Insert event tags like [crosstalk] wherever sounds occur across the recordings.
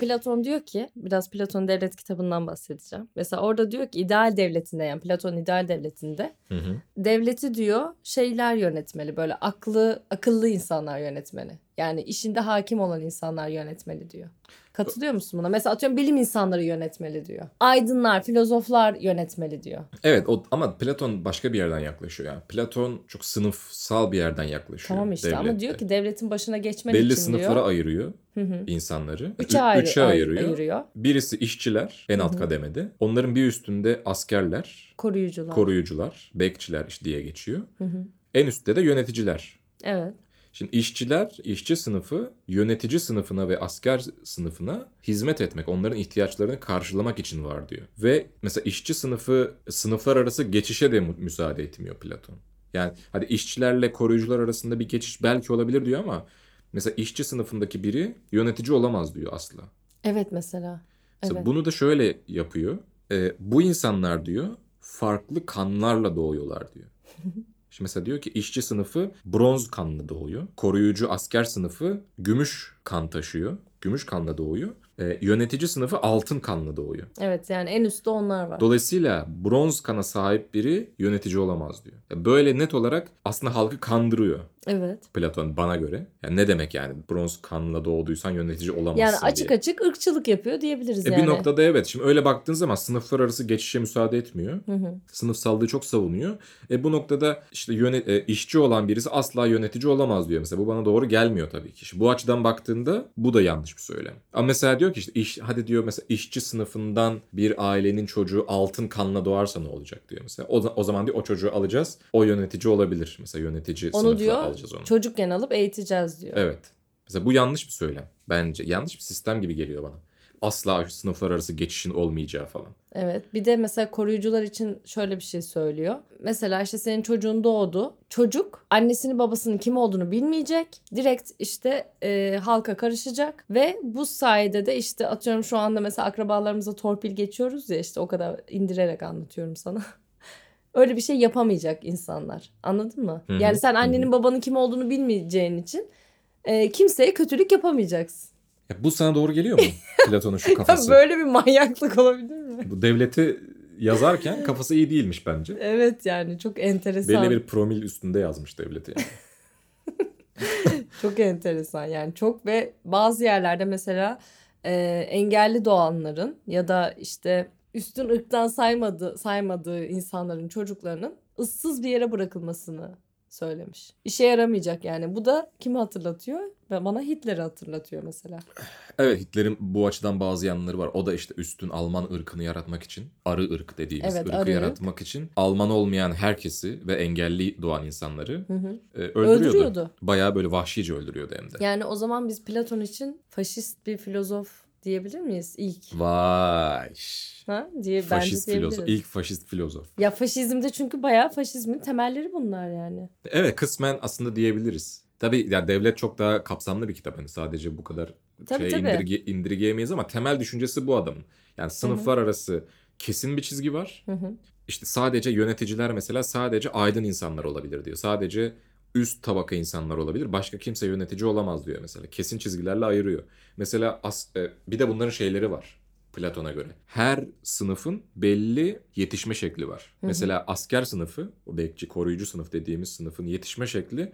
Platon diyor ki biraz Platon devlet kitabından bahsedeceğim. Mesela orada diyor ki ideal devletinde yani Platon ideal devletinde Hı hı. devleti diyor şeyler yönetmeli böyle aklı akıllı insanlar yönetmeli. Yani işinde hakim olan insanlar yönetmeli diyor. Katılıyor musun buna? Mesela atıyorum bilim insanları yönetmeli diyor. Aydınlar, filozoflar yönetmeli diyor. Evet o, ama Platon başka bir yerden yaklaşıyor yani. Platon çok sınıfsal bir yerden yaklaşıyor. Tamam işte devlette. ama diyor ki devletin başına geçmen belli için sınıflara diyor. ayırıyor Hı hı. insanları. Üçe, Ü- ayrı, üçe ay- ayırıyor. ayırıyor. Birisi işçiler en alt Hı hı. kademede. Onların bir üstünde askerler, Koruyucular. koruyucular, bekçiler işte diye geçiyor. Hı hı. En üstte de yöneticiler. Evet. Şimdi işçiler, işçi sınıfı yönetici sınıfına ve asker sınıfına hizmet etmek, onların ihtiyaçlarını karşılamak için var diyor. Ve mesela işçi sınıfı sınıflar arası geçişe de mu- müsaade etmiyor Platon. Yani hadi işçilerle koruyucular arasında bir geçiş belki olabilir diyor ama mesela işçi sınıfındaki biri yönetici olamaz diyor asla. Evet mesela. Mesela Evet. Bunu da şöyle yapıyor. Ee, bu insanlar diyor farklı kanlarla [laughs] doğuyorlar diyor. Şimdi mesela diyor ki işçi sınıfı bronz kanlı doğuyor. Koruyucu asker sınıfı gümüş kan taşıyor. Gümüş kanla doğuyor. Ee, yönetici sınıfı altın kanlı doğuyor. Evet yani en üstte onlar var. Dolayısıyla bronz kana sahip biri yönetici olamaz diyor. Ya Böyle net olarak aslında halkı kandırıyor evet. Platon bana göre. Yani ne demek yani bronz kanla doğduysan yönetici olamazsın Yani açık diye. açık ırkçılık yapıyor diyebiliriz E yani. bir noktada evet. Şimdi öyle baktığın zaman sınıflar arası geçişe müsaade etmiyor. Hı hı. Sınıfsallığı çok savunuyor. E bu noktada işte yönet e, işçi olan birisi asla yönetici olamaz diyor mesela. Bu bana doğru gelmiyor tabii ki. Şimdi bu açıdan baktığında bu da yanlış bir söylem. Ama mesela diyor ki işte iş, hadi diyor mesela işçi sınıfından bir ailenin çocuğu altın kanla doğarsa ne olacak diyor mesela. O, o zaman diyor o çocuğu alacağız. O yönetici olabilir. Mesela yönetici Onu sınıfı diyor alacağız onu. çocukken alıp eğiteceğiz diyor. Evet. Mesela bu yanlış bir söylem. Bence yanlış bir sistem gibi geliyor bana. Asla sınıflar arası geçişin olmayacağı falan. Evet. Bir de mesela koruyucular için şöyle bir şey söylüyor. Mesela işte senin çocuğun doğdu. Çocuk annesinin babasının kim olduğunu bilmeyecek. Direkt işte e, halka karışacak ve bu sayede de işte atıyorum şu anda mesela akrabalarımıza torpil geçiyoruz ya işte o kadar indirerek anlatıyorum sana. [laughs] Öyle bir şey yapamayacak insanlar. Anladın mı? Hı hı, Yani sen hı hı. annenin babanın kim olduğunu bilmeyeceğin için e, kimseye kötülük yapamayacaksın. [laughs] Ya bu sana doğru geliyor mu? Platon'un şu Ya kafası. böyle bir manyaklık olabilir mi? Bu devleti yazarken kafası iyi değilmiş bence. Evet yani çok enteresan. Belli bir promil üstünde yazmış devleti. [laughs] yani. Çok enteresan yani çok ve bazı yerlerde mesela e, engelli doğanların ya da işte üstün ırktan saymadığı saymadığı insanların çocuklarının ıssız bir yere bırakılmasını söylemiş. İşe yaramayacak yani. Bu da kimi hatırlatıyor? Ve Bana Hitler'i hatırlatıyor mesela. Evet Hitler'in bu açıdan bazı yanları var. O da işte üstün Alman ırkını yaratmak için, arı ırk dediğimiz Evet, ırkı arı ırk. yaratmak için Alman olmayan herkesi ve engelli doğan insanları Hı hı. e, öldürüyordu. Öldürüyordu. Bayağı böyle vahşice öldürüyordu hem de. Yani o zaman biz Platon için faşist bir filozof diyebilir miyiz ilk? Vay. Ha diye Faşist bence filozof. diyebiliriz. ilk faşist filozof. Ya faşizmde çünkü bayağı faşizmin temelleri bunlar yani. Evet kısmen aslında diyebiliriz. Tabii yani devlet çok daha kapsamlı bir kitap. Hani sadece bu kadar Tabii, şey tabii. indirge- indirgeyemeyiz ama temel düşüncesi bu adamın. Yani sınıflar arası kesin bir çizgi var. Hı hı. İşte sadece yöneticiler mesela sadece aydın insanlar olabilir diyor. Sadece üst tabaka insanlar olabilir. Başka kimse yönetici olamaz diyor mesela. Kesin çizgilerle ayırıyor. Mesela as- e, bir de bunların şeyleri var. Platon'a göre. Her sınıfın belli yetişme şekli var. hı. Mesela asker sınıfı, o bekçi koruyucu sınıf dediğimiz sınıfın yetişme şekli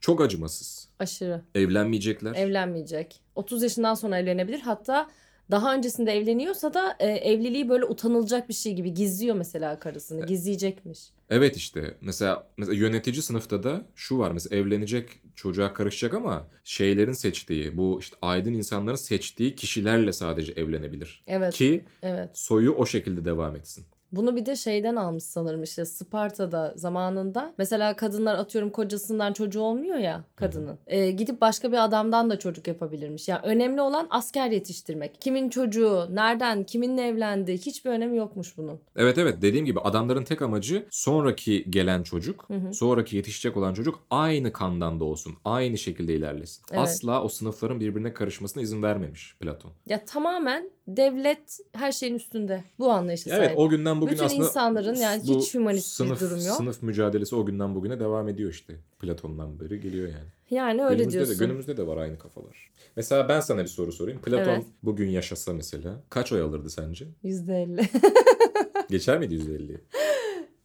çok acımasız. Aşırı. Evlenmeyecekler. Evlenmeyecek. 30 yaşından sonra evlenebilir. Hatta daha öncesinde evleniyorsa da e, evliliği böyle utanılacak bir şey gibi gizliyor mesela karısını. Gizleyecekmiş. Evet işte mesela, mesela yönetici sınıfta da şu var mesela evlenecek çocuğa karışacak ama şeylerin seçtiği bu işte aydın insanların seçtiği kişilerle sadece evlenebilir. Evet. Ki Evet. soyu o şekilde devam etsin. Bunu bir de şeyden almış sanırım işte Sparta'da zamanında. Mesela kadınlar atıyorum kocasından çocuğu olmuyor ya kadının. Ee, gidip başka bir adamdan da çocuk yapabilirmiş. Yani önemli olan asker yetiştirmek. Kimin çocuğu, nereden, kiminle evlendi hiçbir önemi yokmuş bunun. Evet evet dediğim gibi adamların tek amacı sonraki gelen çocuk, Hı hı. sonraki yetişecek olan çocuk aynı kandan doğsun, aynı şekilde ilerlesin. Evet. Asla o sınıfların birbirine karışmasına izin vermemiş Platon. Ya tamamen devlet her şeyin üstünde. Bu anlayışa Evet sahip. o günden bugün Bütün aslında insanların yani bu hiç hümanist bir sınıf, durum yok. Sınıf mücadelesi o günden bugüne devam ediyor işte. Platon'dan beri geliyor yani. Yani öyle günümüzde diyorsun. De, günümüzde de var aynı kafalar. Mesela ben sana bir soru sorayım. Platon Evet. bugün yaşasa mesela kaç oy [laughs] alırdı sence? %50. Geçer miydi 150'yi?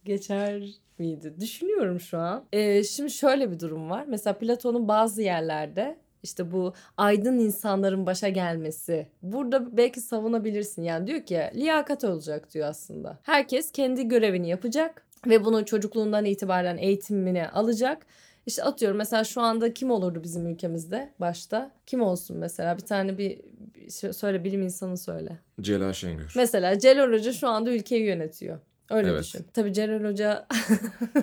geçer miydi? Düşünüyorum şu an. Ee, şimdi şöyle bir durum var. Mesela Platon'un bazı yerlerde işte bu aydın insanların başa gelmesi. Burada belki savunabilirsin. Yani diyor ki liyakat olacak diyor aslında. Herkes kendi görevini yapacak ve bunu çocukluğundan itibaren eğitimini alacak. İşte atıyorum mesela şu anda kim olurdu bizim ülkemizde başta? Kim olsun mesela? Bir tane bir, bir şey söyle bilim insanı söyle. Celal Şengör. Mesela Celal Hoca şu anda ülkeyi yönetiyor. Öyle Evet. düşün. Tabii Celal Hoca [laughs] [laughs]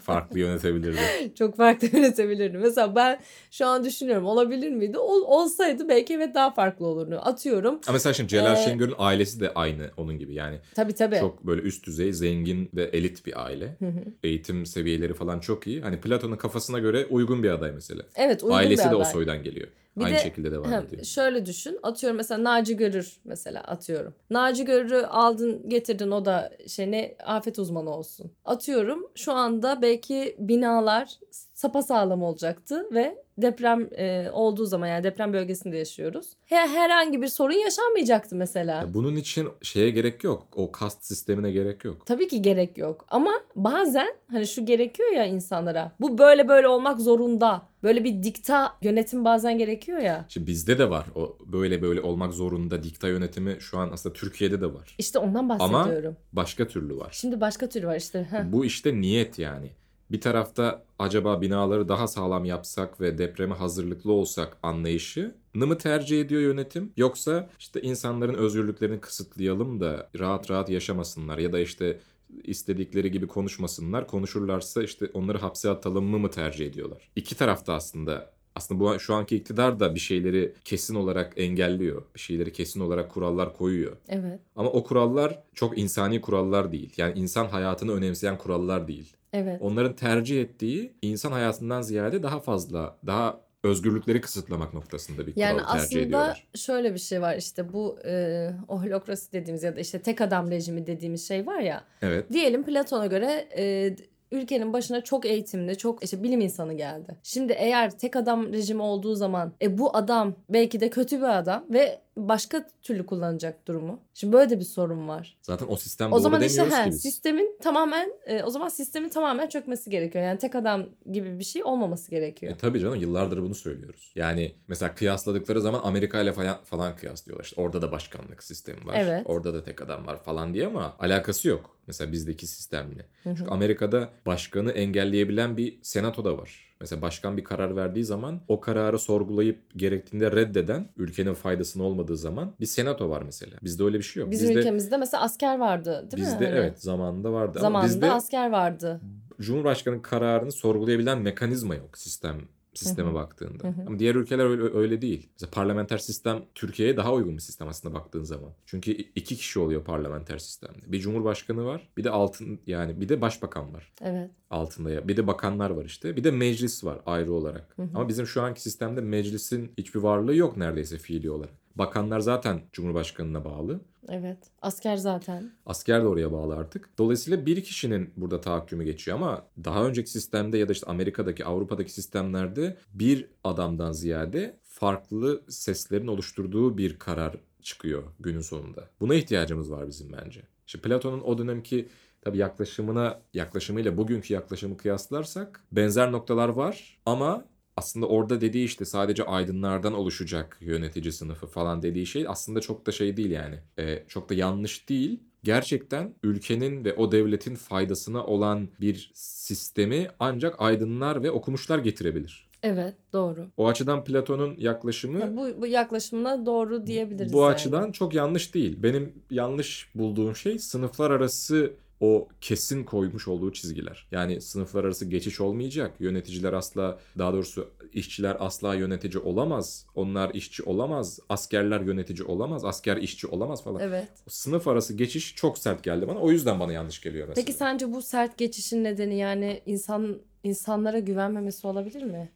Farklı yönetebilirdi. çok farklı yönetebilirdi. Mesela ben şu an düşünüyorum olabilir miydi? Ol, olsaydı belki evet daha farklı olurdu. Atıyorum. Ama mesela şimdi Celal Ee, Şengör'ün ailesi de aynı onun gibi. Yani Tabii tabii. çok böyle üst düzey, zengin ve elit bir aile. Hı hı. Eğitim seviyeleri falan çok iyi. Hani Platon'un kafasına göre uygun bir aday mesela. Evet uygun ailesi bir de o aday. soydan geliyor. Bir aynı de- şekilde devam Hem ediyor. şöyle düşün. Atıyorum mesela Naci Görür mesela atıyorum. Naci Görür'ü aldın getirdin o da şey ne afet uzmanı olsun. Atıyorum şu anda belki binalar sapasağlam olacaktı ve deprem e, olduğu zaman yani deprem bölgesinde yaşıyoruz. He, herhangi bir sorun yaşanmayacaktı mesela. Ya bunun için şeye gerek yok. O kast sistemine gerek yok. Tabii ki gerek yok ama bazen hani şu gerekiyor ya insanlara. Bu böyle böyle olmak zorunda. Böyle bir dikta yönetim bazen gerekiyor ya. Şimdi bizde de var. O böyle böyle olmak zorunda dikta yönetimi şu an aslında Türkiye'de de var. İşte ondan bahsediyorum. Başka türlü var. Şimdi başka türlü var işte. heh. Bu işte niyet yani. Bir tarafta acaba binaları daha sağlam yapsak ve depreme hazırlıklı olsak anlayışını mı tercih ediyor yönetim? Yoksa işte insanların özgürlüklerini kısıtlayalım da rahat rahat yaşamasınlar ya da işte istedikleri gibi konuşmasınlar. Konuşurlarsa işte onları hapse atalım mı mı tercih ediyorlar? İki tarafta aslında aslında bu şu anki iktidar da bir şeyleri kesin olarak engelliyor. Bir şeyleri kesin olarak kurallar koyuyor. Evet. Ama o kurallar çok insani kurallar değil. Yani insan hayatını önemseyen kurallar değil. Evet. Onların tercih ettiği insan hayatından ziyade daha fazla, daha özgürlükleri kısıtlamak noktasında bir kural Yani tercih aslında ediyorlar. şöyle bir şey var işte bu e, o holokrasi dediğimiz ya da işte tek adam rejimi dediğimiz şey var ya. Evet. Diyelim Platon'a göre e, ülkenin başına çok eğitimli, çok işte bilim insanı geldi. Şimdi eğer tek adam rejimi olduğu zaman e, bu adam belki de kötü bir adam ve başka türlü kullanacak durumu. Şimdi böyle de bir sorun var. Zaten o sistem O doğru zaman işte demiyoruz he, ki biz. sistemin tamamen e, o zaman sistemin tamamen çökmesi gerekiyor. Yani tek adam gibi bir şey olmaması gerekiyor. E tabii canım yıllardır bunu söylüyoruz. Yani mesela kıyasladıkları zaman Amerika ile falan, falan kıyaslıyorlar. İşte orada da başkanlık sistemi var. Evet. Orada da tek adam var falan diye ama alakası yok. Mesela bizdeki sistemle. Hı hı. Çünkü Amerika'da başkanı engelleyebilen bir senato da var. Mesela başkan bir karar verdiği zaman o kararı sorgulayıp gerektiğinde reddeden ülkenin faydasının olmadığı zaman bir senato var mesela. Bizde öyle bir şey yok. Bizim bizde, ülkemizde mesela asker vardı değil mi? bizde Hani evet zamanında vardı ama Zamanında bizde asker vardı. Cumhurbaşkanı kararını sorgulayabilen mekanizma yok sistem sisteme Hı hı. baktığında. Hı hı. Ama diğer ülkeler öyle, öyle değil. Mesela parlamenter sistem Türkiye'ye daha uygun bir sistem aslında baktığın zaman. Çünkü iki kişi oluyor parlamenter sistemde. Bir cumhurbaşkanı var, bir de altın yani bir de başbakan var Evet. altında ya. Bir de bakanlar var işte. Bir de meclis var ayrı olarak. Hı hı. Ama bizim şu anki sistemde meclisin hiçbir varlığı yok neredeyse fiili olarak. Bakanlar zaten cumhurbaşkanına bağlı. Evet. Asker zaten. Asker de oraya bağlı artık. Dolayısıyla bir kişinin burada tahakkümü geçiyor ama daha önceki sistemde ya da işte Amerika'daki, Avrupa'daki sistemlerde bir adamdan ziyade farklı seslerin oluşturduğu bir karar çıkıyor günün sonunda. Buna ihtiyacımız var bizim bence. İşte Platon'un o dönemki tabii yaklaşımına, yaklaşımıyla bugünkü yaklaşımı kıyaslarsak benzer noktalar var ama aslında orada dediği işte sadece aydınlardan oluşacak yönetici sınıfı falan dediği şey aslında çok da şey değil yani. Ee, çok da yanlış değil. Gerçekten ülkenin ve o devletin faydasına olan bir sistemi ancak aydınlar ve okumuşlar getirebilir. Evet doğru. O açıdan Platon'un yaklaşımı Ya bu, bu yaklaşımla doğru diyebiliriz. Bu yani. açıdan çok yanlış değil. Benim yanlış bulduğum şey sınıflar arası o kesin koymuş olduğu çizgiler. Yani sınıflar arası geçiş olmayacak. Yöneticiler asla daha doğrusu işçiler asla yönetici olamaz. Onlar işçi olamaz. Askerler yönetici olamaz. Asker işçi olamaz falan. Evet. Sınıf arası geçiş çok sert geldi bana. O yüzden bana yanlış geliyor mesela. Peki sence bu sert geçişin nedeni yani insan insanlara güvenmemesi olabilir [laughs] mi?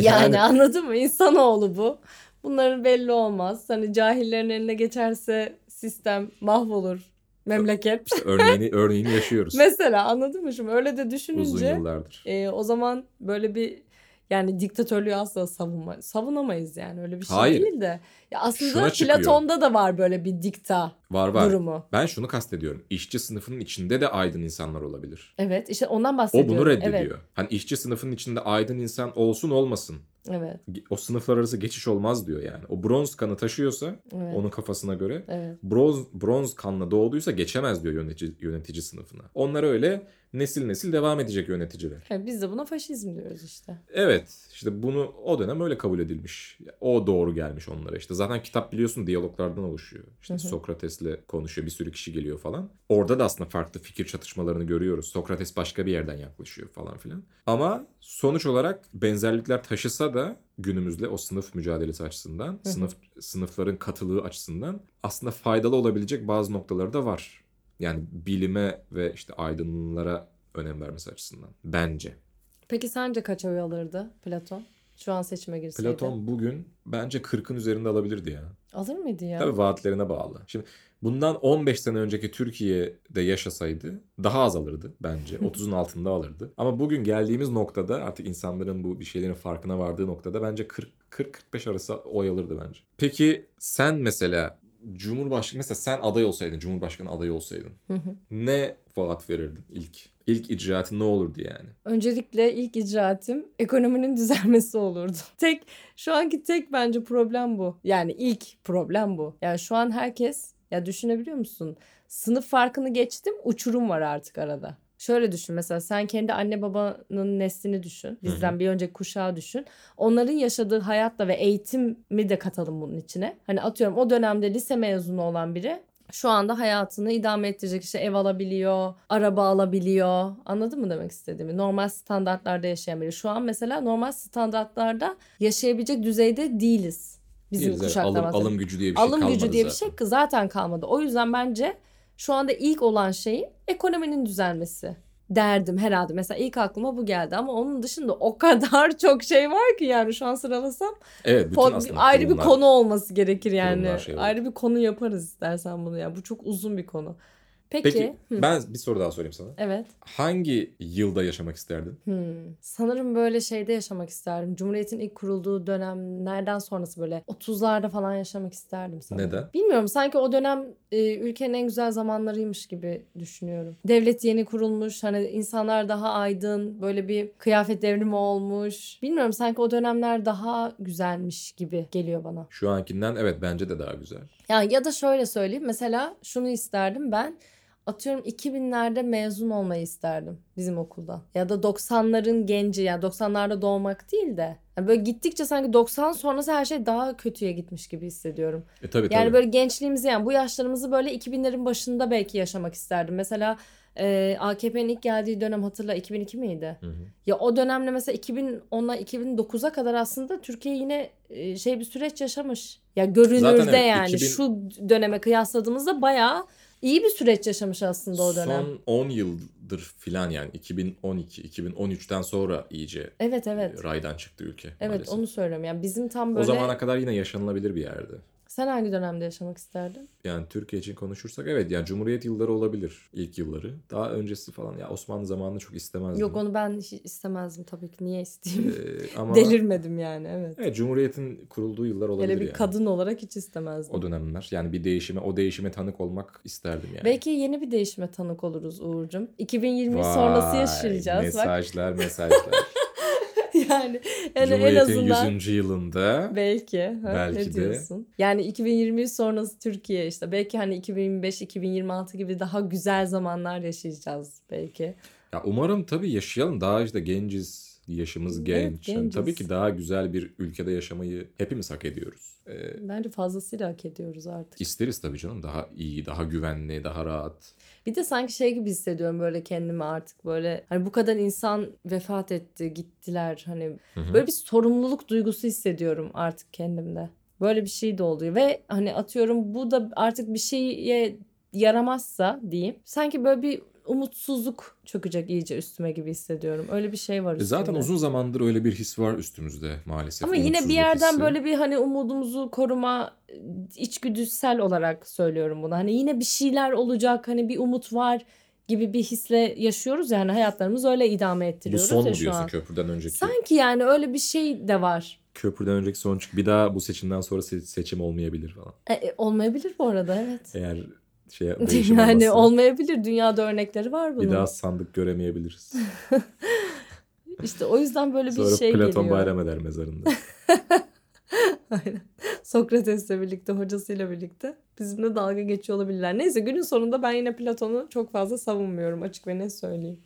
Yani, anladın mı? İnsanoğlu bu. Bunların belli olmaz. Hani cahillerin eline geçerse sistem mahvolur. [laughs] Memleket. işte örneğini örneğini [laughs] yaşıyoruz. Mesela anladın mı şimdi? Öyle de Uzun düşününce yıllardır. e, o zaman böyle bir yani diktatörlüğü asla savunma, savunamayız yani öyle bir şey Hayır. değil de. Ya aslında Şuna çıkıyor. Platon'da da var böyle bir dikta Var var. durumu. Ben şunu kastediyorum. İşçi sınıfının içinde de aydın insanlar olabilir. Evet işte ondan O bahsediyorum. bunu reddediyor. Evet, Hani işçi sınıfının içinde aydın insan olsun olmasın. evet, Ge- O sınıflar arası geçiş olmaz diyor yani. O bronz kanı taşıyorsa evet. onun kafasına göre Evet. bronz bronz kanla doğduysa geçemez diyor yönetici yönetici sınıfına. Onlar öyle nesil nesil devam edecek yöneticiler. Ha, biz de buna faşizm diyoruz işte. Evet işte bunu o dönem öyle kabul edilmiş. O doğru gelmiş onlara işte. Zaten kitap biliyorsun diyaloglardan oluşuyor. Hı İşte hı. Sokrates'le konuşuyor bir sürü kişi geliyor falan. Orada da aslında farklı fikir çatışmalarını görüyoruz. Sokrates başka bir yerden yaklaşıyor falan filan. Ama sonuç olarak benzerlikler taşısa da günümüzde o sınıf mücadelesi açısından, hı. sınıf sınıfların katılığı açısından aslında faydalı olabilecek bazı noktaları da var. Yani bilime ve işte aydınlara önem vermesi açısından bence. Peki sence kaç oy alırdı Platon? Şu an seçime girseydi. Platon bugün bence 40'ın üzerinde alabilirdi ya. Alır mıydı ya? Tabii vaatlerine bağlı. Şimdi bundan 15 sene önceki Türkiye'de yaşasaydı daha az alırdı [laughs] bence. 30'un altında alırdı. Ama bugün geldiğimiz noktada artık insanların bu bir şeylerin farkına vardığı noktada bence 40 40-45 arası oy alırdı bence. Peki sen mesela Cumhurbaşkanı mesela sen aday olsaydın, Cumhurbaşkanı adayı olsaydın Hı hı. ne vaat verirdin ilk? İlk icraatın ne olurdu yani? Öncelikle ilk icraatim ekonominin [laughs] düzelmesi olurdu. Tek şu anki tek bence problem bu. Yani ilk problem bu. Yani şu an herkes ya düşünebiliyor musun? Sınıf farkını geçtim uçurum var artık arada. Şöyle düşün mesela sen kendi anne babanın neslini düşün. Bizden bir önceki kuşağı düşün. Onların yaşadığı hayatla ve eğitimi de katalım bunun içine. Hani atıyorum o dönemde lise mezunu olan biri şu anda hayatını idame ettirecek işte ev alabiliyor, araba alabiliyor. Anladın mı demek istediğimi? Normal standartlarda yaşayan biri. Şu an mesela normal standartlarda yaşayabilecek düzeyde değiliz. Bizim Deriz, evet, kuşaktan alım, bahsediyorum. alım gücü diye bir şey alım kalmadı gücü diye bir zaten. şey ki zaten kalmadı. O yüzden bence şu anda ilk olan şeyin ekonominin düzelmesi derdim herhalde. Mesela ilk aklıma bu geldi ama onun dışında o [laughs] kadar çok şey var ki yani şu an sıralasam Evet, bütün Pod- aslında ayrı bir kurumlar- konu olması gerekir yani. kurumlar şey olur. ayrı bir konu yaparız istersen bunu ya. Bu çok uzun bir konu. Peki, Peki hı, ben bir soru daha sorayım sana. evet. Hangi yılda yaşamak isterdin? Hmm. Sanırım böyle şeyde yaşamak isterdim. Cumhuriyet'in ilk kurulduğu dönemlerden sonrası böyle 30'larda falan yaşamak isterdim sanırım. Neden? Bilmiyorum sanki o dönem e, ülkenin en güzel zamanlarıymış gibi düşünüyorum. Devlet yeni kurulmuş hani insanlar daha aydın böyle bir kıyafet devrimi olmuş. Bilmiyorum sanki o dönemler daha güzelmiş gibi geliyor bana. Şu ankinden evet bence de daha güzel. Ya ya da şöyle söyleyeyim. Mesela şunu isterdim ben. Atıyorum 2000'lerde mezun olmayı isterdim bizim okulda. Ya da 90'ların genci yani 90'larda doğmak değil de. Yani böyle gittikçe sanki 90 sonrası her şey daha kötüye gitmiş gibi hissediyorum. E tabii Yani tabii. böyle gençliğimizi yani bu yaşlarımızı böyle 2000'lerin başında belki yaşamak isterdim. Mesela e, AKP'nin ilk geldiği dönem hatırla 2002 miydi? Hı hı. Ya o dönemde mesela 2010'la 2009'a kadar aslında Türkiye yine e, şey bir süreç yaşamış. Ya görünürde Zaten evet, yani 2000 şu döneme kıyasladığımızda bayağı iyi bir süreç yaşamış aslında o dönem. Son 10 yıldır filan yani 2012-2013'ten sonra iyice Evet evet. raydan çıktı ülke Evet maalesef. onu söylüyorum. Yani bizim tam böyle O zamana kadar yine yaşanılabilir bir yerdi. sen hangi dönemde yaşamak isterdin? Yani Türkiye için konuşursak evet yani Cumhuriyet yılları olabilir ilk yılları. Daha öncesi falan ya Osmanlı zamanını çok istemezdim. Yok onu ben hiç istemezdim tabii ki. Niye isteyeyim? Ee, [laughs] ama Delirmedim yani evet. Evet Cumhuriyet'in kurulduğu yıllar olabilir Hele bir yani. kadın olarak hiç istemezdim. O dönemler yani bir değişime o değişime tanık olmak isterdim yani. Belki yeni bir değişime tanık oluruz Uğur'cum. 2020 Vay, sonrası yaşayacağız bak. [laughs] Mesajlar mesajlar. yani, yani en Cumhuriyet'in azından 100. yılında Belki. Ha, Belki ne de. diyorsun? Yani 2020 sonrası Türkiye işte. Belki hani 2025-2026 gibi daha güzel zamanlar yaşayacağız belki. ya umarım tabii yaşayalım daha işte genciz yaşımız Evet, genç. Yani genciz. tabii ki daha güzel bir ülkede yaşamayı hepimiz hak ediyoruz. Ee, Bence fazlasıyla hak ediyoruz artık. isteriz tabii canım daha iyi, daha güvenli, daha rahat. E, Bir de sanki şey gibi hissediyorum böyle kendimi artık böyle hani bu kadar insan vefat etti, gittiler hani Hı hı. böyle bir sorumluluk duygusu hissediyorum artık kendimde. Böyle bir şey de oluyor ve hani atıyorum bu da artık bir şeye yaramazsa diyeyim. Sanki böyle bir umutsuzluk çökecek iyice üstüme gibi hissediyorum. Öyle bir şey var E üstümde. Zaten uzun zamandır öyle bir his var üstümüzde maalesef. ama yine bir umutsuzluk yerden hissi. böyle bir hani umudumuzu koruma e, içgüdüsel olarak söylüyorum bunu. Hani yine bir şeyler olacak hani bir umut var gibi bir hisle yaşıyoruz yani hayatlarımızı öyle idame bu ettiriyoruz son mu ya şu diyorsun an. köprüden önceki? Sanki yani öyle bir şey de var. Köprüden önceki son çık- bir daha bu seçimden sonra se- seçim olmayabilir falan. E, e, olmayabilir bu arada evet. Eğer [laughs] şey değişim yani olmazsa olmayabilir. Dünyada örnekleri var bunun. bir daha sandık göremeyebiliriz. İşte o yüzden böyle bir Sonra şey Platon geliyor. bayram [laughs] eder mezarında. Aynen. Sokrates'le birlikte, hocasıyla birlikte bizimle dalga geçiyor olabilirler. Neyse günün sonunda ben yine Platon'u çok fazla savunmuyorum açık ve ne söyleyeyim.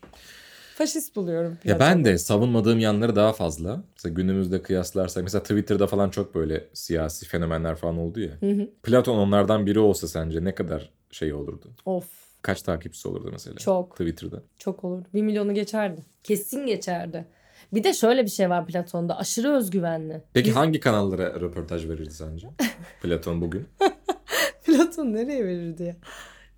Faşist buluyorum ya Platon'u. ben de savunmadığım yanları daha fazla. Mesela günümüzde kıyaslarsak mesela Twitter'da falan çok böyle siyasi fenomenler falan oldu ya. Hı hı. Platon onlardan biri olsa sence ne kadar şey olurdu? Of Kaç takipçisi olurdu mesela? Çok. Twitter'da. çok olur. Bir milyonu geçerdi. Kesin geçerdi. Bir de şöyle bir şey var Platon'da. Aşırı özgüvenli. [laughs] Peki hangi kanallara röportaj verirdi sence? Platon bugün. Platon nereye verirdi ya?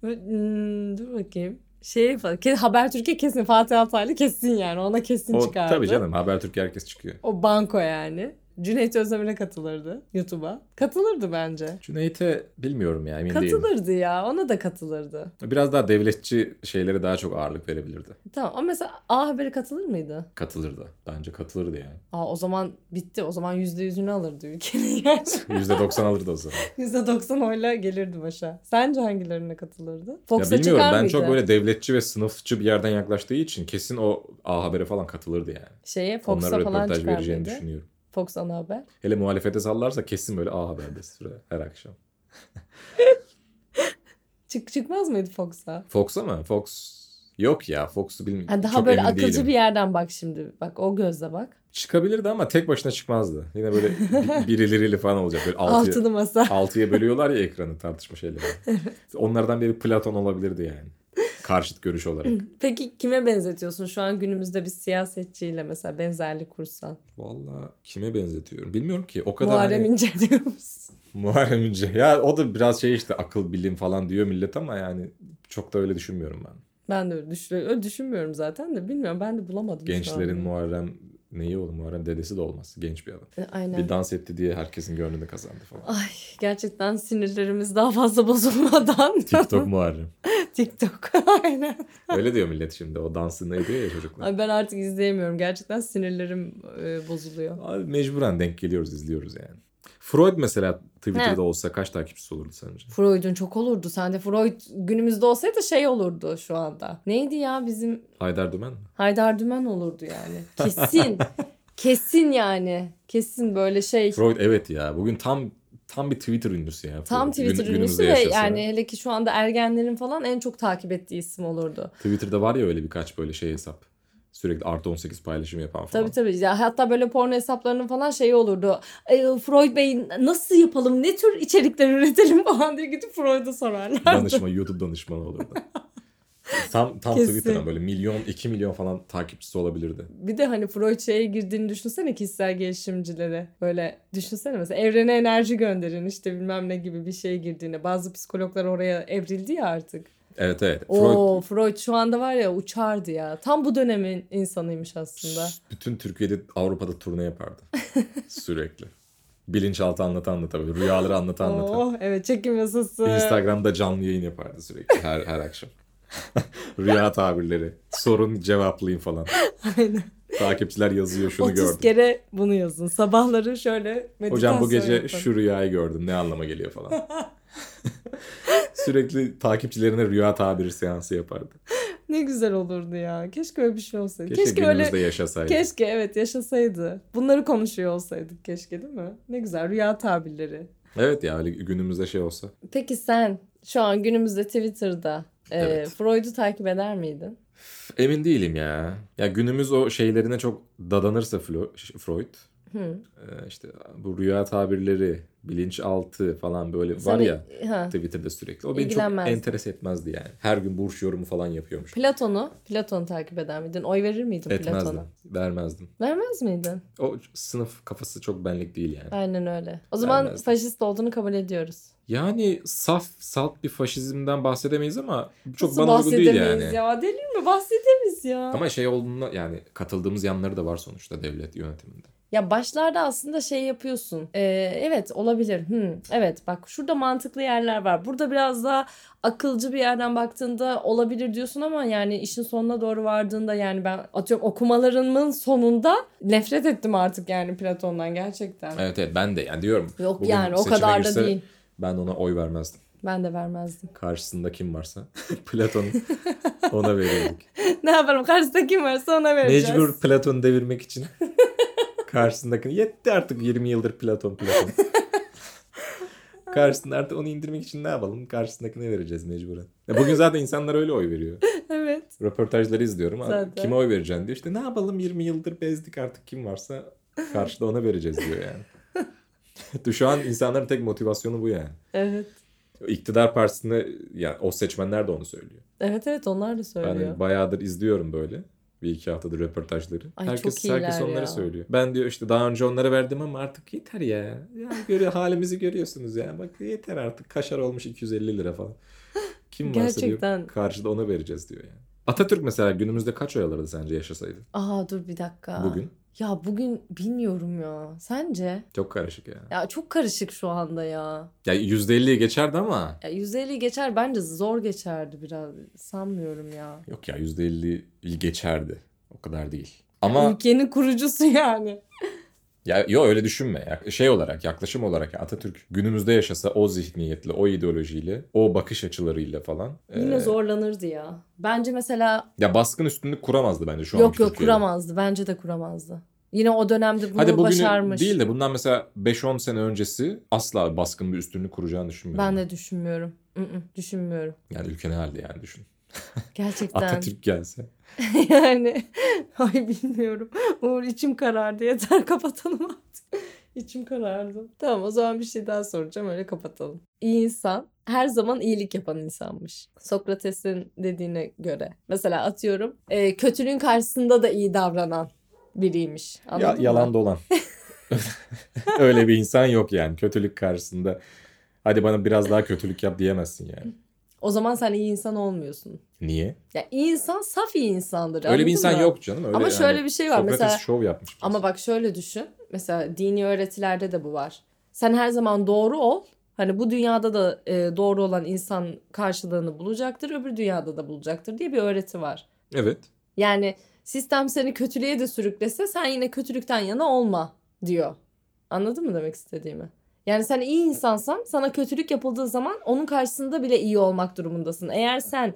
Böyle, hmm, dur bakayım. Şey falan. Ke- Habertürk'e kesin Fatih Altaylı kesin yani. Ona kesin O çıkardı. tabii canım Habertürk herkes çıkıyor. O banko yani. Cüneyt Özdemir'e katılırdı YouTube'a. Katılırdı bence. Cüneyt'e bilmiyorum ya emin değilim. Katılırdı ya. Ona da katılırdı. Biraz daha devletçi şeylere daha çok ağırlık verebilirdi. Tamam ama mesela A Haber'e katılır mıydı? Katılırdı. Bence katılırdı yani. Aa o zaman bitti. O zaman yüzde yüzünü alırdı ülkenin yani. [laughs] %90 alırdı o zaman. Yüzde doksan oyla gelirdi başa. Sence hangilerine katılırdı? ya Fox'a bilmiyorum çıkar ben mıydı? çok böyle devletçi ve sınıfçı bir yerden yaklaştığı için kesin o A Haber'e falan katılırdı yani. Şeye Onlara Fox'a falan röportaj çıkar vereceğini mıydı? düşünüyorum. Fox ana haber. Hele muhalefete sallarsa kesin böyle A Haber'de süre her akşam. Çık, çıkmaz mıydı Fox'a? Fox'a mı? Fox yok ya Fox'u bilmiyorum. Yani daha Çok böyle emin akılcı değilim. bir yerden bak şimdi. Bak o gözle bak. Çıkabilirdi ama tek başına çıkmazdı. Yine [laughs] böyle bi- birileriyle falan olacak. Böyle altıya, Altılı masa. altıya bölüyorlar ya ekranı [laughs] tartışma şeyleri. Onlardan biri Platon olabilirdi yani. Karşıt görüş olarak. Peki kime benzetiyorsun şu an günümüzde bir siyasetçiyle mesela benzerlik kursan? Valla kime benzetiyorum? Bilmiyorum ki. O kadar Muharrem hani- İnce diyor musun? [laughs] Muharrem İnce. Ya o da biraz şey işte akıl bilim falan diyor millet ama yani çok da öyle düşünmüyorum ben. Ben de öyle, düşün- öyle düşünmüyorum zaten de bilmiyorum ben de bulamadım şu an. Gençlerin Muharrem neyi olur? Muharrem dedesi de olmaz. Genç bir adam. E, Aynen. Bir dans etti diye herkesin gönlünü kazandı [laughs] falan. Ay gerçekten sinirlerimiz daha fazla [laughs] bozulmadan. TikTok Muharrem. [laughs] TikTok. [laughs] Aynen. Öyle diyor millet şimdi. O dansını ediyor ya çocuklar. Ay ben artık izleyemiyorum. Gerçekten sinirlerim e, bozuluyor. Abi mecburen denk geliyoruz izliyoruz yani. Freud mesela Twitter'da He. olsa kaç takipçisi olurdu sence? Freud'un çok olurdu. Sen de Freud günümüzde olsaydı şey olurdu şu anda. Neydi ya bizim Haydar Dümen mi? Haydar Dümen olurdu yani. [laughs] Kesin. Kesin yani. Kesin böyle şey. Freud evet ya. Bugün tam tam bir Twitter ünlüsü ya. Tam Freud. Gün- Twitter ünlüsü günümüzde ve yaşasa. yani hele ki şu anda ergenlerin falan en çok takip ettiği isim olurdu. Twitter'da var ya öyle birkaç böyle şey hesap. Sürekli artı 18 paylaşım yapan falan. Tabii tabii. Ya hatta böyle porno hesaplarının falan şeyi olurdu. E, Freud Bey nasıl yapalım? Ne tür içerikler üretelim [laughs] falan diye gidip Freud'a sorarlar. Danışma, YouTube danışmanı olurdu. tam tam Kesin. Twitter'dan böyle milyon, 2 milyon falan takipçisi olabilirdi. Bir de hani Freud şeye girdiğini düşünsene kişisel gelişimcilere. Böyle düşünsene mesela evrene enerji gönderin işte bilmem ne gibi bir şeye girdiğini. Bazı psikologlar oraya evrildi ya artık. Evet evet. Freud Oo Freud şu anda var ya uçardı ya. Tam bu dönemin insanıymış aslında. bütün Türkiye'de Avrupa'da turne yapardı. Sürekli. Bilinçaltı anlata anlata böyle rüyaları anlata anlata. Oo, evet çekim yasası. Instagram'da canlı yayın yapardı sürekli her, her akşam. [laughs] Rüya tabirleri. Sorun cevaplayın falan. [laughs] Aynen. Takipçiler yazıyor şunu 30 gördüm. kere bunu yazın. Sabahları şöyle meditasyon Hocam bu gece yapın. şu rüyayı gördüm ne anlama geliyor falan. [laughs] Sürekli takipçilerine rüya tabiri seansı yapardı. Ne güzel olurdu ya. Keşke öyle bir şey olsaydı. Keşke, Keşke, öyle günümüzde yaşasaydı. keşke evet yaşasaydı. Bunları konuşuyor olsaydık keşke değil mi? Ne güzel rüya tabirleri. Evet ya öyle günümüzde şey olsa. Peki sen şu an günümüzde Twitter'da e, Evet. Freud'u takip eder miydin? Emin değilim ya. Ya günümüz o şeylerine çok dadanırsa Flo- Freud Hı. e, işte bu rüya tabirleri, bilinçaltı falan böyle var Sana- ya Ha. Twitter'da sürekli. O beni çok İlgilenmezdi. enteres etmezdi yani. Her gün burç yorumu falan yapıyormuş. Platon'u, Platon'u takip eder miydin? Oy verir miydin Etmezdim. Platon'a? Vermezdim. Vermez miydin? O sınıf kafası çok benlik değil yani. Aynen öyle. O zaman Vermezdim. faşist olduğunu kabul ediyoruz. Yani saf salt bir faşizmden bahsedemeyiz ama çok Nasıl bana uygun değil bahsedemeyiz yani. ya? Deli mi? Bahsederiz ya. Ama şey olduğunda yani katıldığımız yanları da var sonuçta devlet yönetiminde. Ya başlarda aslında şey yapıyorsun. Ee, evet olabilir. Hmm, evet bak şurada mantıklı yerler var. Burada biraz daha akılcı bir yerden baktığında olabilir diyorsun ama yani işin sonuna doğru vardığında yani ben atıyorum okumalarımın sonunda nefret ettim artık yani Platon'dan gerçekten. Evet evet ben de yani diyorum Yok Bugün yani o seçime kadar da girse- değil. ben ona oy vermezdim. Ben de vermezdim. [laughs] Karşısında kim varsa [laughs] Platon ona verirdik. ne yaparım karşısında kim varsa ona vereceğiz. Mecbur Platon'u devirmek için [laughs] karşısındakini yetti artık 20 yıldır Platon [laughs] Platon. Karşısında artık onu indirmek için ne yapalım? Karşısındakine vereceğiz mecburen. Ya bugün zaten insanlar öyle oy veriyor. [laughs] Evet. Röportajları izliyorum. Abi, Zaten. Kime oy vereceksin diyor. İşte ne yapalım 20 yıldır bezdik artık kim varsa karşıda ona vereceğiz diyor yani. [laughs] Şu an insanların tek motivasyonu bu yani. Evet. İktidar partisinde yani o seçmenler de onu söylüyor. Evet evet onlar da söylüyor. Ben de bayağıdır izliyorum böyle. Bir iki haftadır röportajları. Ay, herkes çok iyiler herkes onları ya. söylüyor. Ben diyor işte daha önce onlara verdim ama artık yeter ya. ya görüyor, halimizi görüyorsunuz ya. Bak yeter artık. Kaşar olmuş 250 lira falan. Kim varsa Gerçekten. diyor karşıda ona vereceğiz diyor yani. Atatürk mesela günümüzde kaç oy alırdı sence yaşasaydı Aha dur bir dakika. bugün? Ya bugün bilmiyorum ya. Sence? Çok karışık ya. Ya çok karışık şu anda ya. Ya %50'yi geçerdi ama. ya 150 geçer bence zor geçerdi biraz. Sanmıyorum ya. Yok ya %50'yi geçerdi. O kadar değil. Ama Ülkenin kurucusu [laughs] yani. Ya yo öyle düşünme ya. Şey olarak, yaklaşım olarak ya, Atatürk günümüzde yaşasa o zihniyetle, o ideolojiyle, o bakış açılarıyla falan. Yine e, zorlanırdı ya. Bence mesela Ya baskın üstünlük kuramazdı bence şu an. yok yok kuramazdı. Bence de kuramazdı. Yine o dönemde bunu Hadi bugünü başarmış. değil de bundan mesela 5-10 sene öncesi asla baskın bir üstünlük kuracağını düşünmüyorum. Ben de düşünmüyorum. Mm-mm, düşünmüyorum. Yani ülke ne halde yani düşün. Gerçekten. Atatürk gelse. [laughs] yani ay bilmiyorum. Uğur içim karardı. Yeter kapatalım artık. İçim karardı. Tamam o zaman bir şey daha soracağım öyle kapatalım. İyi insan her zaman iyilik yapan insanmış. Sokrates'in dediğine göre. Mesela atıyorum e, kötülüğün karşısında da iyi davranan biriymiş. Ya, Anladın mı? [laughs] yalan dolan. öyle bir insan yok yani kötülük karşısında. Hadi bana biraz daha kötülük yap diyemezsin yani. O zaman sen iyi insan olmuyorsun. Niye? Ya iyi insan saf iyi insandır. öyle anladın bir insan mı? yok canım. Öyle Ama yani şöyle bir şey var. Sokrates Mesela şov yapmış. biraz. Ama bak şöyle düşün. Mesela dini öğretilerde de bu var. Sen her zaman doğru ol. Hani bu dünyada da e, doğru olan insan karşılığını bulacaktır, öbür dünyada da bulacaktır diye bir öğreti var. Evet. Yani sistem seni kötülüğe de sürüklese sen yine kötülükten yana olma diyor. Anladın mı demek istediğimi? Yani sen iyi insansan sana kötülük yapıldığı zaman onun karşısında bile iyi olmak durumundasın. Eğer sen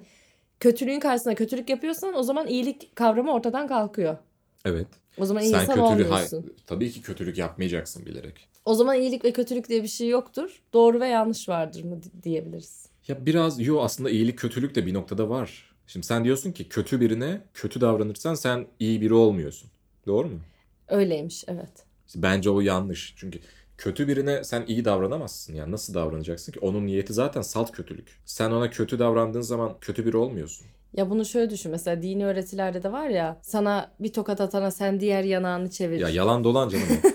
kötülüğün karşısında kötülük yapıyorsan o zaman iyilik kavramı ortadan kalkıyor. Evet. O zaman iyi insan kötülük olmuyorsun. tabii ki kötülük yapmayacaksın bilerek. O zaman iyilik ve kötülük diye bir şey yoktur. Doğru ve yanlış vardır mı di- diyebiliriz. Ya biraz yo aslında iyilik kötülük de bir noktada var. Şimdi sen diyorsun ki kötü birine kötü davranırsan sen iyi biri olmuyorsun. Doğru mu? Öyleymiş evet. İşte Bence o yanlış. Çünkü kötü birine sen iyi davranamazsın ya. Nasıl davranacaksın ki? Onun niyeti zaten salt kötülük. Sen ona kötü davrandığın zaman kötü biri olmuyorsun. Ya bunu şöyle düşün mesela dini öğretilerde de var ya sana bir tokat atana sen diğer yanağını çevir. Ya yalan dolan canım. [laughs] o.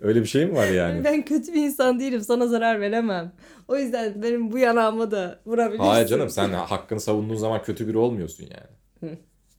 Öyle bir şey mi var yani? Ben kötü bir insan değilim sana zarar veremem. O yüzden benim bu yanağıma da vurabilirsin. Hayır canım sen hakkını savunduğun zaman kötü biri olmuyorsun yani.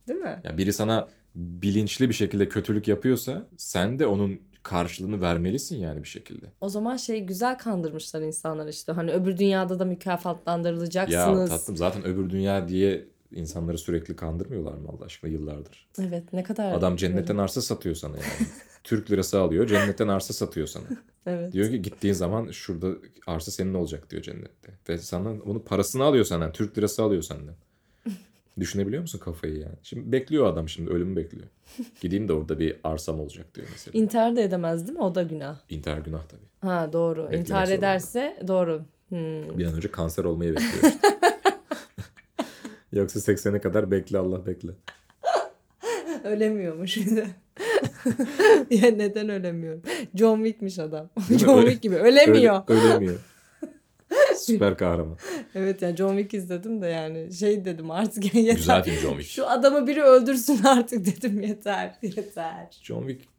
Değil mi? Ya biri sana bilinçli bir şekilde kötülük yapıyorsa sen de onun karşılığını vermelisin yani bir şekilde. O zaman şey güzel kandırmışlar insanlar işte. Hani öbür dünyada da Ya mükafatlandırılacaksınız. tatlım zaten öbür dünya diye insanları sürekli kandırmıyorlar mı Allah aşkına yıllardır? Evet ne kadar. Adam cennetten arsa satıyor sana yani. Türk lirası alıyor cennetten arsa satıyor sana. Evet. Diyor ki gittiğin zaman şurada arsa senin olacak diyor cennette. Ve sana bunu parasını alıyor senden. Türk lirası alıyor senden. Düşünebiliyor musun kafayı yani? Şimdi bekliyor adam şimdi ölümü bekliyor. Gideyim de orada bir arsam olacak diyor mesela. İntihar da edemez değil mi? O da günah. İntihar günah tabii. Ha doğru. Beklemek İntihar zorunda. ederse doğru. Hmm. [laughs] Bir an önce kanser olmayı bekliyor. işte. Yoksa 80'e kadar bekle Allah bekle. Ölemiyormuş bir de. [laughs] ya neden ölemiyorum? John Wick'miş adam. Değil mi? [laughs] John Öyle- Wick gibi. Ölemiyor. [laughs] Öle- ölemiyor. Süper kahraman. Evet yani John Wick izledim de yani şey dedim artık [laughs] yeter. Güzel film John Wick. Şu adamı biri öldürsün [laughs] artık dedim yeter yeter. John Wick.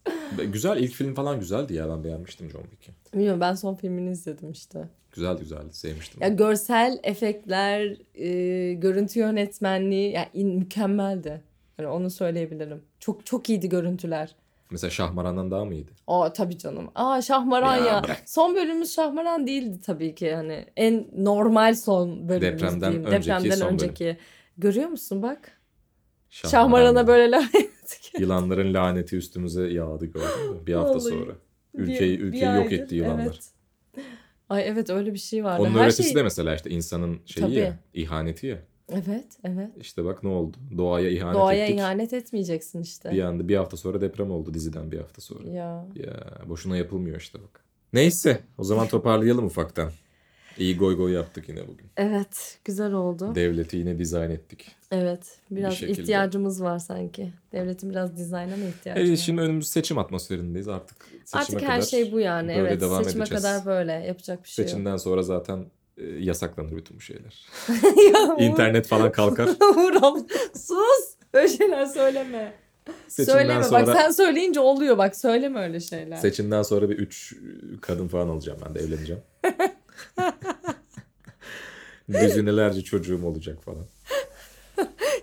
Güzel ilk film falan güzeldi ya ben beğenmiştim John Wick'i. Bilmiyorum ben son filmini izledim işte. Güzeldi güzeldi sevmiştim. Ya görsel efektler, e, görüntü yönetmenliği yani in- mükemmeldi. Yani onu söyleyebilirim. Çok çok iyiydi görüntüler. Mesela Şahmaran'dan daha mı iyiydi? Aa tabii canım. Aa Şahmaran ya. Ya bırak. Son bölümümüz Şahmaran değildi tabii ki yani. En normal son bölümümüz Depremden diyeyim. önceki Depremden son bölüm. önceki. Görüyor musun bak? Şahmaran Şahmaran'a ya. böyle laf Yılanların laneti üstümüze yağdı gördün mü? Bir hafta Vallahi. sonra. [laughs] Ülkeyi- ülkeyi yok aydır, etti yılanlar. Evet. Ay evet öyle bir şey vardı. Onun Her öğretisi şey... de mesela işte insanın şeyi Tabii. ya, ihaneti ya. Evet evet. İşte bak ne oldu? Doğaya ihanet Doğaya ettik. ihanet etmeyeceksin işte. Bir anda bir hafta sonra deprem oldu diziden bir hafta sonra. Ya. Ya boşuna yapılmıyor işte bak. Neyse o zaman toparlayalım ufaktan. İyi goy goy yaptık yine bugün. Evet güzel oldu. Devleti yine dizayn ettik. evet biraz şekilde. ihtiyacımız var sanki. Devletin biraz dizayna mı ihtiyacı Evet, var? şimdi önümüz seçim atmosferindeyiz artık. Seçime Artık her kadar- şey bu yani. böyle evet devam seçime edeceğiz. kadar böyle yapacak bir şey yok. Seçimden sonra zaten e, yasaklanır bütün bu şeyler. Ya [laughs] Uğur- İnternet [laughs] falan kalkar. Uğur abla, sus. Öyle şeyler söyleme. Seçimden söyleme. sonra Bak sen söyleyince oluyor. Bak söyleme öyle şeyler. seçimden sonra bir 3 kadın falan alacağım ben de [laughs] evleneceğim. Düzinelerce çocuğum olacak falan.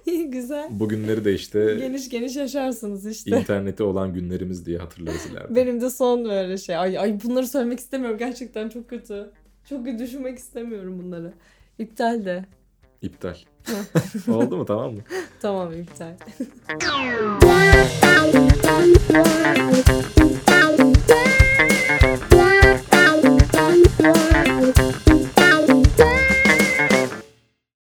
İyi [laughs] güzel. Bugünleri de işte Geniş geniş yaşarsınız işte. interneti olan günlerimiz diye hatırlarız ileride. Benim de son böyle şey. Ay, ay bunları söylemek istemiyorum. Gerçekten çok kötü. Çok düşünmek istemiyorum bunları. İptal de. [laughs] İptal. Oldu mu tamam mı? Tamam iptal.